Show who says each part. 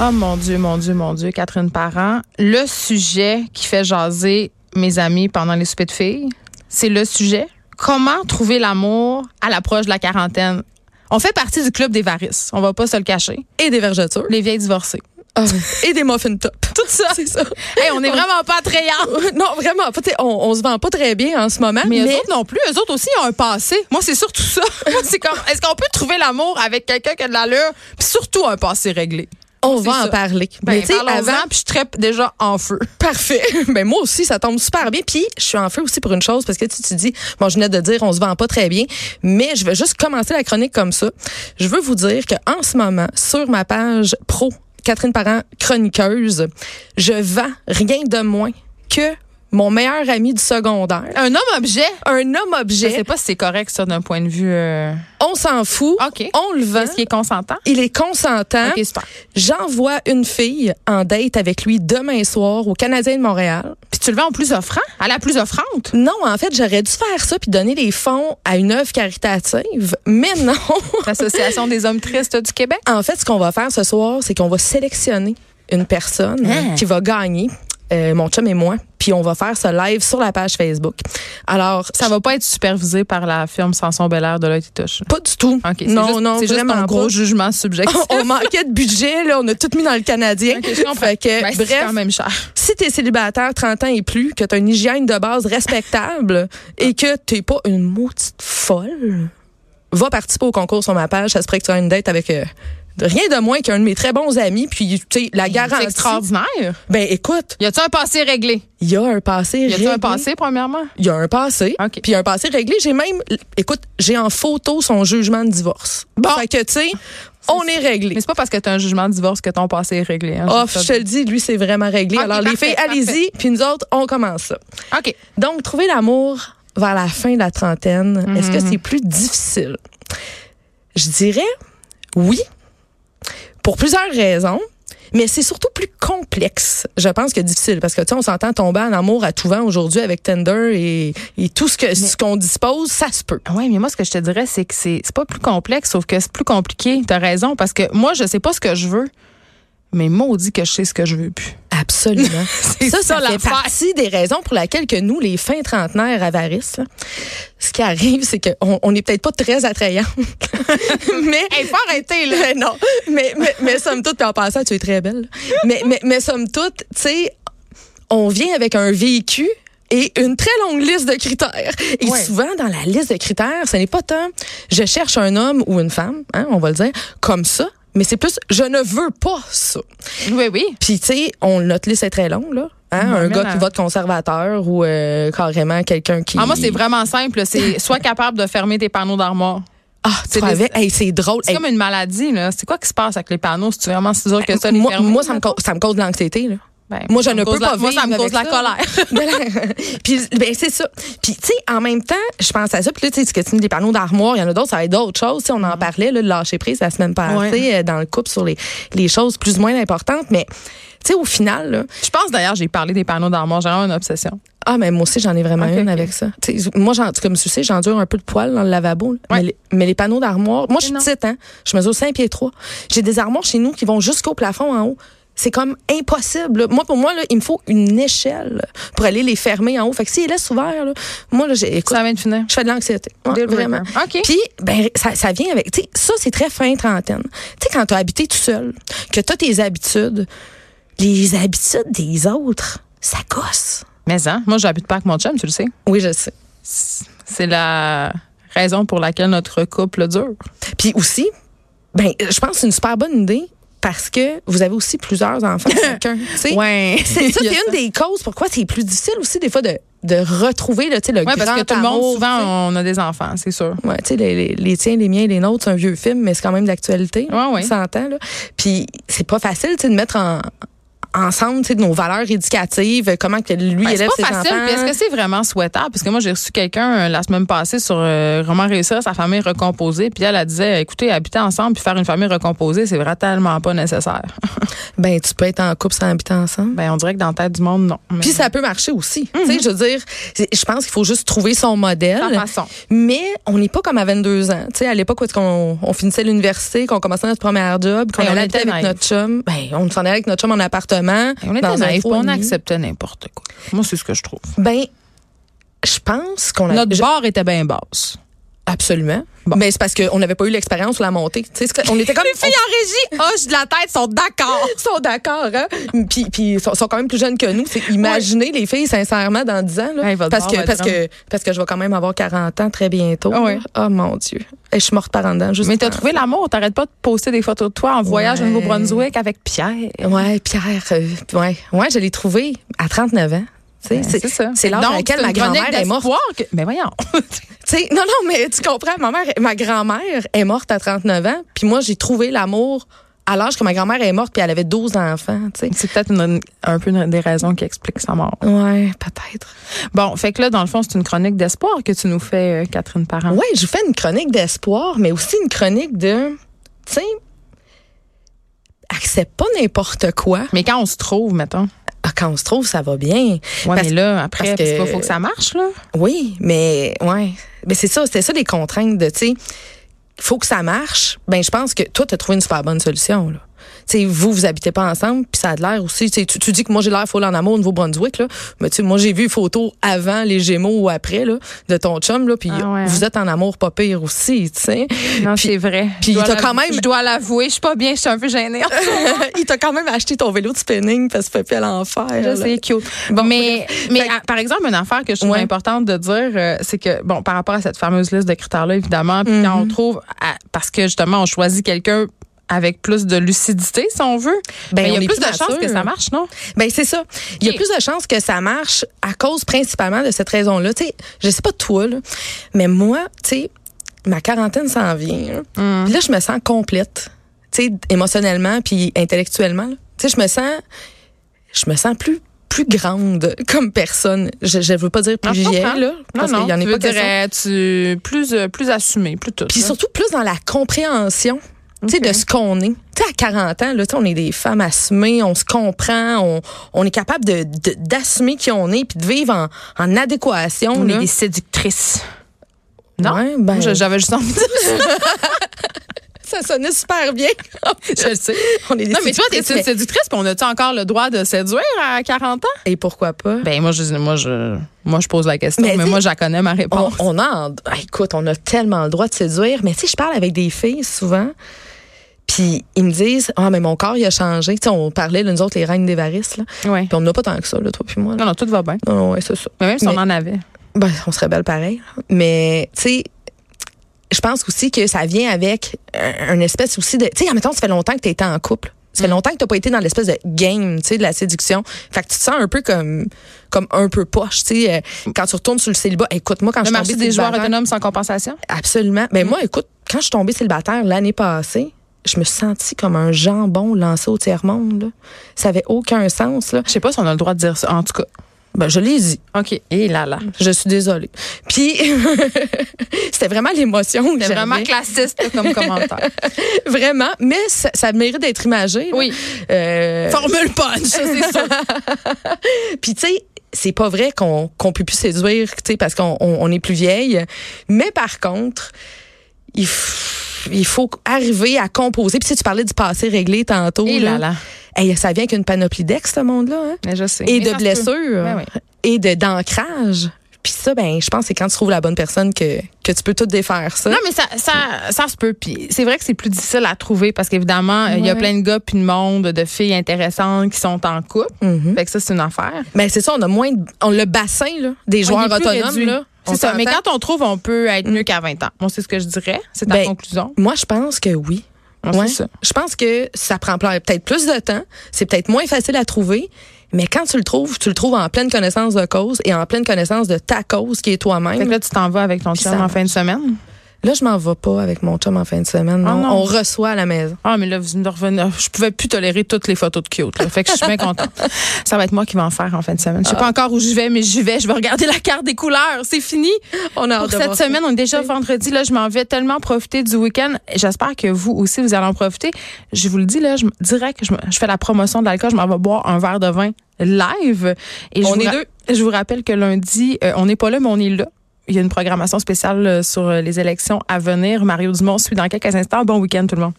Speaker 1: Oh mon Dieu, mon Dieu, mon Dieu, Catherine Parent. Le sujet qui fait jaser mes amis pendant les soupers de filles, c'est le sujet. Comment trouver l'amour à l'approche de la quarantaine? On fait partie du club des varices, on va pas se le cacher.
Speaker 2: Et des vergetures.
Speaker 1: Les vieilles divorcées.
Speaker 2: Et des muffins top.
Speaker 1: Ah. Tout ça.
Speaker 2: C'est ça.
Speaker 1: Hey, on est vraiment pas attrayants.
Speaker 2: non, vraiment. pas. T'sais, On, on se vend pas très bien en ce moment.
Speaker 1: Mais
Speaker 2: Mais,
Speaker 1: eux autres non plus, eux autres aussi ont un passé. Moi, c'est surtout ça. Moi, c'est comme, est-ce qu'on peut trouver l'amour avec quelqu'un qui a de l'allure, puis surtout un passé réglé?
Speaker 2: on va
Speaker 1: c'est
Speaker 2: en
Speaker 1: ça.
Speaker 2: parler.
Speaker 1: Ben,
Speaker 2: Mais tu sais,
Speaker 1: parlons-en,
Speaker 2: avant,
Speaker 1: puis je trappe déjà en feu.
Speaker 2: Parfait. Ben moi aussi, ça tombe super bien. Puis je suis en feu aussi pour une chose parce que tu te dis, bon, je venais de dire, on se vend pas très bien, mais je vais juste commencer la chronique comme ça. Je veux vous dire que en ce moment, sur ma page pro Catherine Parent chroniqueuse, je vends rien de moins que mon meilleur ami du secondaire,
Speaker 1: Un homme-objet?
Speaker 2: un homme
Speaker 1: Je
Speaker 2: objet.
Speaker 1: sais pas si c'est correct, ça, d'un point de vue. euh,
Speaker 2: On s'en fout.
Speaker 1: OK.
Speaker 2: On le vend.
Speaker 1: Est-ce Ah. qu'il est consentant?
Speaker 2: Il est consentant.
Speaker 1: OK, super.
Speaker 2: J'envoie une fille en date avec lui demain soir au Canadien de Montréal.
Speaker 1: Puis tu le vends au plus offrant? À la plus offrante?
Speaker 2: Non, en fait, j'aurais dû faire ça puis donner des fonds à une œuvre caritative, mais non.
Speaker 1: L'Association des hommes tristes du Québec?
Speaker 2: en fait, ce qu'on va faire ce soir, c'est qu'on va sélectionner une personne
Speaker 1: Hein?
Speaker 2: qui va gagner, euh, mon chum et moi, puis on va faire ce live sur la page Facebook. Alors,
Speaker 1: Ça va pas être supervisé par la firme Sanson Belair de l'œil qui touche.
Speaker 2: pas du tout.
Speaker 1: OK, c'est
Speaker 2: non,
Speaker 1: juste,
Speaker 2: non,
Speaker 1: c'est juste
Speaker 2: vraiment
Speaker 1: un
Speaker 2: pas. Oh,
Speaker 1: gros jugement subjectif.
Speaker 2: on manquait de budget, là, on a tout mis dans le Canadien.
Speaker 1: OK, je comprends.
Speaker 2: Fait que,
Speaker 1: Ben, c'est
Speaker 2: bref,
Speaker 1: quand même cher.
Speaker 2: si t'es célibataire 30 ans et plus, que t'as une hygiène de base respectable et que t'es pas une maudite folle, va participer au concours sur ma page. Ça se pourrait que tu aies une date avec euh, rien de moins qu'un de mes très bons amis. Puis, tu sais, la
Speaker 1: C'est
Speaker 2: garantie.
Speaker 1: extraordinaire.
Speaker 2: Ben, écoute,
Speaker 1: Y a-tu un passé réglé?
Speaker 2: il y a un passé
Speaker 1: Y a-tu
Speaker 2: réglé.
Speaker 1: un passé, premièrement?
Speaker 2: Il y a un passé.
Speaker 1: OK.
Speaker 2: Puis, il y a un passé réglé. J'ai même, écoute, j'ai en photo son jugement de divorce. Bon. Fait que, tu sais, on est réglé.
Speaker 1: Mais c'est pas parce que t'as un jugement de divorce que ton passé est réglé. hein,
Speaker 2: Off,
Speaker 1: c'est
Speaker 2: je te
Speaker 1: ça.
Speaker 2: le dis, lui, c'est vraiment réglé.
Speaker 1: OK,
Speaker 2: Alors, les
Speaker 1: parfait,
Speaker 2: filles,
Speaker 1: parfait.
Speaker 2: allez-y. Puis, nous autres, on commence ça.
Speaker 1: OK.
Speaker 2: Donc, trouver l'amour vers la fin de la trentaine, est-ce que c'est plus difficile? Je dirais oui, pour plusieurs raisons. Mais c'est surtout plus complexe, je pense, que difficile. Parce que, tu sais, on s'entend tomber en amour à tout vent aujourd'hui avec Tinder et, et tout ce que ce qu'on dispose, ça se peut.
Speaker 1: Oui, mais moi, ce que je te dirais, c'est que c'est c'est pas plus complexe, sauf que c'est plus compliqué. T'as raison, parce que moi, je sais pas ce que je veux, mais maudit que je sais ce que je veux plus.
Speaker 2: Absolument. ça, ça,
Speaker 1: ça,
Speaker 2: fait
Speaker 1: l'affaire.
Speaker 2: partie des raisons pour lesquelles que nous, les fins trentenaires avarices, là, ce qui arrive, c'est qu'on on est peut-être pas très attrayants. mais
Speaker 1: Hey, faut arrêter, là.
Speaker 2: Mais non, mais, mais, mais somme toute, puis en passant, tu es très belle. Mais, mais, mais somme toute, tu sais, on vient avec un vécu et une très longue liste de critères. Et
Speaker 1: Ouais.
Speaker 2: souvent, dans la liste de critères, ce n'est pas tant je cherche un homme ou une femme, hein, on va le dire, comme ça, mais c'est plus je ne veux pas ça.
Speaker 1: Oui, oui.
Speaker 2: Puis, tu sais, on- notre liste est très longue, là. Hein,
Speaker 1: Ouais,
Speaker 2: un
Speaker 1: mais
Speaker 2: gars
Speaker 1: là-
Speaker 2: qui vote conservateur ou euh, carrément quelqu'un qui.
Speaker 1: Ah, moi, c'est vraiment simple. C'est soit capable de fermer tes panneaux d'armoire.
Speaker 2: Ah, tu
Speaker 1: C'est des-
Speaker 2: savais? Hey, c'est drôle.
Speaker 1: C'est
Speaker 2: Hey,
Speaker 1: comme une maladie, là. C'est quoi qui se passe avec les panneaux? C'est vraiment si dur que ça, les
Speaker 2: moi,
Speaker 1: fermer?
Speaker 2: moi, ça me, cause, ça me cause de l'anxiété, là.
Speaker 1: Ben,
Speaker 2: Moi, je
Speaker 1: ça me
Speaker 2: ne
Speaker 1: cause
Speaker 2: peux
Speaker 1: la-
Speaker 2: pas
Speaker 1: Moi, ça me
Speaker 2: vivre
Speaker 1: cause la
Speaker 2: avec ça.
Speaker 1: colère.
Speaker 2: Ben, puis ben c'est ça. Puis tu sais en même temps, je pense à ça puis là tu sais ce que tu dis des panneaux d'armoire, il y en a d'autres, ça va être d'autres choses, Tu sais, on en parlait là de lâcher prise la semaine passée
Speaker 1: Ouais.
Speaker 2: euh, dans le couple sur les les choses plus ou moins importantes mais tu sais au final là,
Speaker 1: Je pense d'ailleurs, j'ai parlé des panneaux d'armoire. J'ai vraiment une obsession.
Speaker 2: ah mais moi aussi j'en ai vraiment
Speaker 1: Ok, ok.
Speaker 2: une avec ça. Tu sais, moi j'en- comme tu sais, j'endure un peu de poils dans le lavabo là.
Speaker 1: Ouais.
Speaker 2: mais, les, mais les panneaux d'armoire, moi je suis
Speaker 1: Mais non.
Speaker 2: petite hein, je mesure 5 pieds 3. J'ai des armoires chez nous qui vont jusqu'au plafond en haut. C'est comme impossible. là. Moi, pour moi, là, il me faut une échelle pour aller les fermer en haut. Fait que s'ils laissent ouverts, là, moi, là, j'ai, écoute,
Speaker 1: Ça vient de finir.
Speaker 2: je fais de l'anxiété. Ouais,
Speaker 1: Deal breaker.
Speaker 2: vraiment.
Speaker 1: OK.
Speaker 2: Puis, ben, ça, ça vient avec. Tu sais, ça, c'est très fin trentaine. Tu sais, quand tu as habité tout seul, que tu as tes habitudes, les habitudes des autres, ça gosse.
Speaker 1: Mais, hein, moi, j'habite pas avec mon chum, tu le sais.
Speaker 2: Oui, je sais.
Speaker 1: C'est la raison pour laquelle notre couple dure.
Speaker 2: Puis aussi, ben, je pense que c'est une super bonne idée parce que vous avez aussi plusieurs enfants chacun. tu sais.
Speaker 1: Ouais.
Speaker 2: C'est ça,
Speaker 1: Il y a
Speaker 2: c'est une des causes pourquoi c'est plus difficile aussi, des fois, de, de retrouver là, tu sais, le
Speaker 1: Oui,
Speaker 2: grand
Speaker 1: parce que tout le monde,
Speaker 2: amour,
Speaker 1: souvent,
Speaker 2: tu sais.
Speaker 1: on a des enfants, c'est sûr.
Speaker 2: Ouais, tu sais, les, les- les tiens, les miens, les nôtres, c'est un vieux film, mais c'est quand même d'actualité.
Speaker 1: Ouais, ouais.
Speaker 2: On s'entend, là. Puis c'est pas facile, tu sais, de mettre en, ensemble, tu sais, de nos valeurs éducatives, comment que lui
Speaker 1: Ben, c'est
Speaker 2: élève
Speaker 1: pas
Speaker 2: ses
Speaker 1: facile.
Speaker 2: enfants.
Speaker 1: Puis est-ce que c'est vraiment souhaitable? Parce que moi, j'ai reçu quelqu'un euh, la semaine passée sur euh, Comment réussir sa famille recomposée. Puis elle, elle disait, écoutez, habiter ensemble puis faire une famille recomposée, c'est vraiment tellement pas nécessaire.
Speaker 2: Ben, tu peux être en couple sans habiter ensemble.
Speaker 1: ben, on dirait que dans la tête du monde, non. Mm-hmm. Mais
Speaker 2: Puis ça peut marcher aussi. Tu sais, je veux dire, c'est- je pense qu'il faut juste trouver son modèle.
Speaker 1: Sa façon.
Speaker 2: Mais on n'est pas comme à 22 ans. Tu sais, à l'époque où est-ce qu'on- on finissait l'université, qu'on commençait notre première job, qu'on
Speaker 1: Ben, on
Speaker 2: allait habiter
Speaker 1: était
Speaker 2: avec
Speaker 1: naïfs.
Speaker 2: notre chum, ben, on s'en allait avec notre chum en appartement.
Speaker 1: on
Speaker 2: dans
Speaker 1: était
Speaker 2: un
Speaker 1: naïfs,
Speaker 2: trou à
Speaker 1: on
Speaker 2: nuit.
Speaker 1: acceptait n'importe quoi. Moi, c'est ce que je trouve.
Speaker 2: Ben, je pense qu'on a...
Speaker 1: Notre barre était bien basse.
Speaker 2: Absolument.
Speaker 1: Bon.
Speaker 2: Mais c'est parce qu'on n'avait pas eu l'expérience sur la montée. Tu sais, c'est que- on était comme...
Speaker 1: Les filles en régie hoche de la tête, sont d'accord.
Speaker 2: Ils sont d'accord, hein? Puis, puis ils sont, sont quand même plus jeunes que nous. C'est Imaginez les filles, sincèrement, dans 10 ans. Là,
Speaker 1: Hey, votre
Speaker 2: parce,
Speaker 1: barre va
Speaker 2: que,
Speaker 1: être
Speaker 2: parce, que, parce que je vais quand même avoir 40 ans très bientôt.
Speaker 1: Ah ouais.
Speaker 2: là. Oh mon Dieu. Et je suis morte par en dedans. Juste
Speaker 1: Mais t'as
Speaker 2: par-
Speaker 1: trouvé l'amour. T'arrêtes pas de poster des photos de toi en voyage au
Speaker 2: Ouais.
Speaker 1: Nouveau-Brunswick avec Pierre.
Speaker 2: Ouais, Pierre. euh, ouais. ouais, je l'ai trouvé à 39 ans. Tu sais,
Speaker 1: Ben,
Speaker 2: c'est
Speaker 1: ça.
Speaker 2: C'est l'âge
Speaker 1: Donc,
Speaker 2: à laquelle
Speaker 1: c'est
Speaker 2: ma
Speaker 1: une chronique
Speaker 2: grand-mère est morte.
Speaker 1: d'espoir que- Mais voyons.
Speaker 2: Tu sais, non, non, mais tu comprends, ma mère, ma grand-mère est morte à 39 ans, puis moi, j'ai trouvé l'amour à l'âge que ma grand-mère est morte, puis elle avait 12 enfants, tu sais.
Speaker 1: C'est peut-être une- un peu une des raisons qui expliquent sa mort.
Speaker 2: Ouais, peut-être.
Speaker 1: Bon, fait que là, dans le fond, c'est une chronique d'espoir que tu nous fais, euh, Catherine Parent.
Speaker 2: Ouais, je vous fais une chronique d'espoir, mais aussi une chronique de, tu sais, accepte pas n'importe quoi.
Speaker 1: Mais quand on se trouve, mettons.
Speaker 2: Ah, quand on se trouve, ça va bien.
Speaker 1: Ouais,
Speaker 2: Parce-
Speaker 1: mais là, après,
Speaker 2: parce que-
Speaker 1: parce que... faut que ça marche, là.
Speaker 2: Oui, mais ouais, mais c'est ça, c'est ça les contraintes de tu sais, faut que ça marche. Ben je pense que toi t'as trouvé une super bonne solution là. Tu sais, vous vous habitez pas ensemble, puis ça a de l'air aussi. tu sais, Tu, tu dis que moi j'ai l'air folle en amour au Nouveau-Brunswick là, mais tu sais, moi j'ai vu une photo avant les Gémeaux ou après là de ton chum là, puis
Speaker 1: Ah ouais,
Speaker 2: vous êtes en amour pas pire aussi, tu sais.
Speaker 1: Non,
Speaker 2: Puis-
Speaker 1: c'est vrai.
Speaker 2: puis
Speaker 1: Je dois
Speaker 2: t'as
Speaker 1: l'avou-
Speaker 2: quand même-
Speaker 1: Je dois l'avouer, je suis pas bien, je suis un peu gênée.
Speaker 2: Il t'a quand même acheté ton vélo de spinning parce que tu peux plus l'enfer.
Speaker 1: Je sais, cute. mais mais
Speaker 2: Fait que-
Speaker 1: à- par exemple, une affaire que je trouve
Speaker 2: Ouais.
Speaker 1: importante de dire, euh, c'est que, bon, par rapport à cette fameuse liste de critères-là, évidemment, puis
Speaker 2: Mhm.
Speaker 1: quand on trouve, à- parce que justement, on choisit quelqu'un avec plus de lucidité, si on veut, ben,
Speaker 2: Ben,
Speaker 1: il y
Speaker 2: on
Speaker 1: a
Speaker 2: est
Speaker 1: plus de
Speaker 2: plus
Speaker 1: chances
Speaker 2: mature.
Speaker 1: que ça marche, non?
Speaker 2: Ben c'est ça. Il y a
Speaker 1: Ok.
Speaker 2: plus de chances que ça marche à cause principalement de cette raison-là. Tu sais, je sais pas toi là, mais moi, tu sais, ma quarantaine s'en vient. hein.
Speaker 1: Mm.
Speaker 2: Puis là, je me sens complète, tu sais, émotionnellement puis intellectuellement. là. Tu sais, je me sens, je me sens plus plus grande comme personne. Je, je veux pas dire plus
Speaker 1: Non, je
Speaker 2: vieille
Speaker 1: comprends.
Speaker 2: là,
Speaker 1: Non,
Speaker 2: parce qu'il
Speaker 1: non,
Speaker 2: y en
Speaker 1: tu
Speaker 2: a
Speaker 1: veux
Speaker 2: pas
Speaker 1: dire,
Speaker 2: question.
Speaker 1: euh, tu plus euh, plus assumé, plus tout.
Speaker 2: Puis
Speaker 1: là.
Speaker 2: surtout plus dans la compréhension. Tu sais,
Speaker 1: Ok.
Speaker 2: de ce qu'on est. Tu sais, à 40 ans, là, tu sais, on est des femmes assumées, on se comprend, on, on est capable de, de- d'assumer qui on est, puis de vivre en, en adéquation.
Speaker 1: on
Speaker 2: là.
Speaker 1: est des séductrices. Non,
Speaker 2: Ouais, ben,
Speaker 1: Moi, je- j'avais juste envie de dire.
Speaker 2: ça sonnait super bien.
Speaker 1: Je le sais.
Speaker 2: on est des
Speaker 1: Non, mais tu vois, t'es
Speaker 2: séductrices,
Speaker 1: une séductrice, puis on a-tu encore le droit de séduire à 40 ans?
Speaker 2: mais- Et pourquoi pas?
Speaker 1: Ben, moi, je, moi, je, moi, je pose la question,
Speaker 2: Mais
Speaker 1: mais,
Speaker 2: tu-
Speaker 1: moi, je la connais ma
Speaker 2: on,
Speaker 1: réponse.
Speaker 2: on a, en- ah, écoute, on a tellement le droit de séduire, mais tu sais, je parle avec des filles souvent, puis ils me disent, ah, mais mon corps, il a changé. Tu sais, on parlait, là, nous autres, les reines d'Évariste, là,
Speaker 1: Oh, Ouais.
Speaker 2: puis on n'a pas tant que ça, là, toi puis moi. là.
Speaker 1: Non, non, tout va bien.
Speaker 2: Non, non, ouais, c'est ça.
Speaker 1: Mais même si
Speaker 2: Mais-
Speaker 1: on en avait.
Speaker 2: Ben, on serait belle pareil. hein. Mais, tu sais, je pense aussi que ça vient avec un, un espèce aussi de. Tu sais, admettons, ça fait longtemps que tu étais en couple. Ça fait
Speaker 1: Mm.
Speaker 2: longtemps que tu pas été dans l'espèce de game, tu sais, de la séduction. Fait que tu te sens un peu comme, comme un peu poche, tu sais. euh, Quand tu retournes sur le célibat, écoute-moi, quand je
Speaker 1: Le
Speaker 2: suis
Speaker 1: marché
Speaker 2: tombée
Speaker 1: des joueurs
Speaker 2: célibataire-
Speaker 1: autonomes Mm. sans compensation?
Speaker 2: Absolument. Ben, moi, écoute, quand je suis tombée célibataire l'année passée, je me sentis comme un jambon lancé au tiers-monde, là. Ça avait aucun sens, là.
Speaker 1: Je sais pas si on a le droit de dire ça, en tout cas.
Speaker 2: Ben, je l'ai dit.
Speaker 1: OK. Et Eh là, là.
Speaker 2: Je suis désolée. Puis, c'était vraiment l'émotion que
Speaker 1: C'est vraiment
Speaker 2: j'avais.
Speaker 1: classiste comme commentaire.
Speaker 2: Vraiment, mais ça, ça mérite d'être imagé. là.
Speaker 1: Oui.
Speaker 2: Euh,
Speaker 1: Formule punch, ça, c'est sûr.
Speaker 2: Puis, tu sais, c'est pas vrai qu'on qu'on peut plus séduire, tu sais, parce qu'on on, on est plus vieille. Mais par contre, il, f- il faut arriver à composer. Puis, si tu parlais du passé réglé tantôt,
Speaker 1: Et Eh là,
Speaker 2: là,
Speaker 1: là.
Speaker 2: Hey, ça vient qu'une panoplie d'ex, ce monde-là. hein.
Speaker 1: Mais je sais. Mais
Speaker 2: Et de
Speaker 1: ça se peut.
Speaker 2: blessures.
Speaker 1: Ben oui.
Speaker 2: Et de d'ancrage. Puis ça, ben, je pense que c'est quand tu trouves la bonne personne que, que tu peux tout défaire ça.
Speaker 1: Non, mais ça, ça, ça se peut. Puis c'est vrai que c'est plus difficile à trouver parce qu'évidemment, il y a
Speaker 2: Ouais.
Speaker 1: plein de gars puis de monde, de filles intéressantes qui sont en couple.
Speaker 2: Mhm.
Speaker 1: Fait que ça, c'est une affaire.
Speaker 2: Mais c'est ça, on a moins de- on le bassin là, des joueurs
Speaker 1: On est plus
Speaker 2: autonomes
Speaker 1: réduit.
Speaker 2: là. On
Speaker 1: C'est ça. Mais
Speaker 2: s'entend.
Speaker 1: quand on trouve, on peut être mieux qu'à 20 ans. Moi, c'est ce que je dirais. C'est ta
Speaker 2: Ben,
Speaker 1: conclusion.
Speaker 2: moi je pense que oui.
Speaker 1: Moi, c'est
Speaker 2: Ouais.
Speaker 1: ça.
Speaker 2: Je pense que ça prend pla- peut-être plus de temps, c'est peut-être moins facile à trouver, mais quand tu le trouves, tu le trouves en pleine connaissance de cause et en pleine connaissance de ta cause qui est
Speaker 1: Fait que
Speaker 2: toi-même.
Speaker 1: là, tu t'en vas avec ton chum
Speaker 2: ça
Speaker 1: en fin de semaine.
Speaker 2: Là, je m'en vais pas avec mon chum en fin de semaine.
Speaker 1: Ah
Speaker 2: non.
Speaker 1: non.
Speaker 2: On reçoit à la maison.
Speaker 1: Ah, mais là, vous me revenez. Je pouvais plus tolérer toutes les photos de cute. là. Fait que je suis bien contente. Ah. Ça va être moi qui vais en faire en fin de semaine. Je sais pas encore où je vais, mais j'y vais. Je vais regarder la carte des couleurs. C'est fini.
Speaker 2: On a hâte
Speaker 1: Pour
Speaker 2: de
Speaker 1: cette
Speaker 2: voir ça.
Speaker 1: semaine, on est déjà
Speaker 2: Oui.
Speaker 1: vendredi. Là, je m'en vais tellement profiter du week-end. J'espère que vous aussi, vous allez en profiter. Je vous le dis, là, je, me- direct, je, me- je fais la promotion de l'alcool. Je m'en vais boire un verre de vin live. Et je
Speaker 2: On
Speaker 1: vous
Speaker 2: est
Speaker 1: ra-
Speaker 2: deux.
Speaker 1: Je vous rappelle que lundi, euh, on n'est pas là, mais on est là. Il y a une programmation spéciale euh, sur euh, les élections à venir. Mario Dumont suit dans quelques instants. Bon week-end, tout le monde.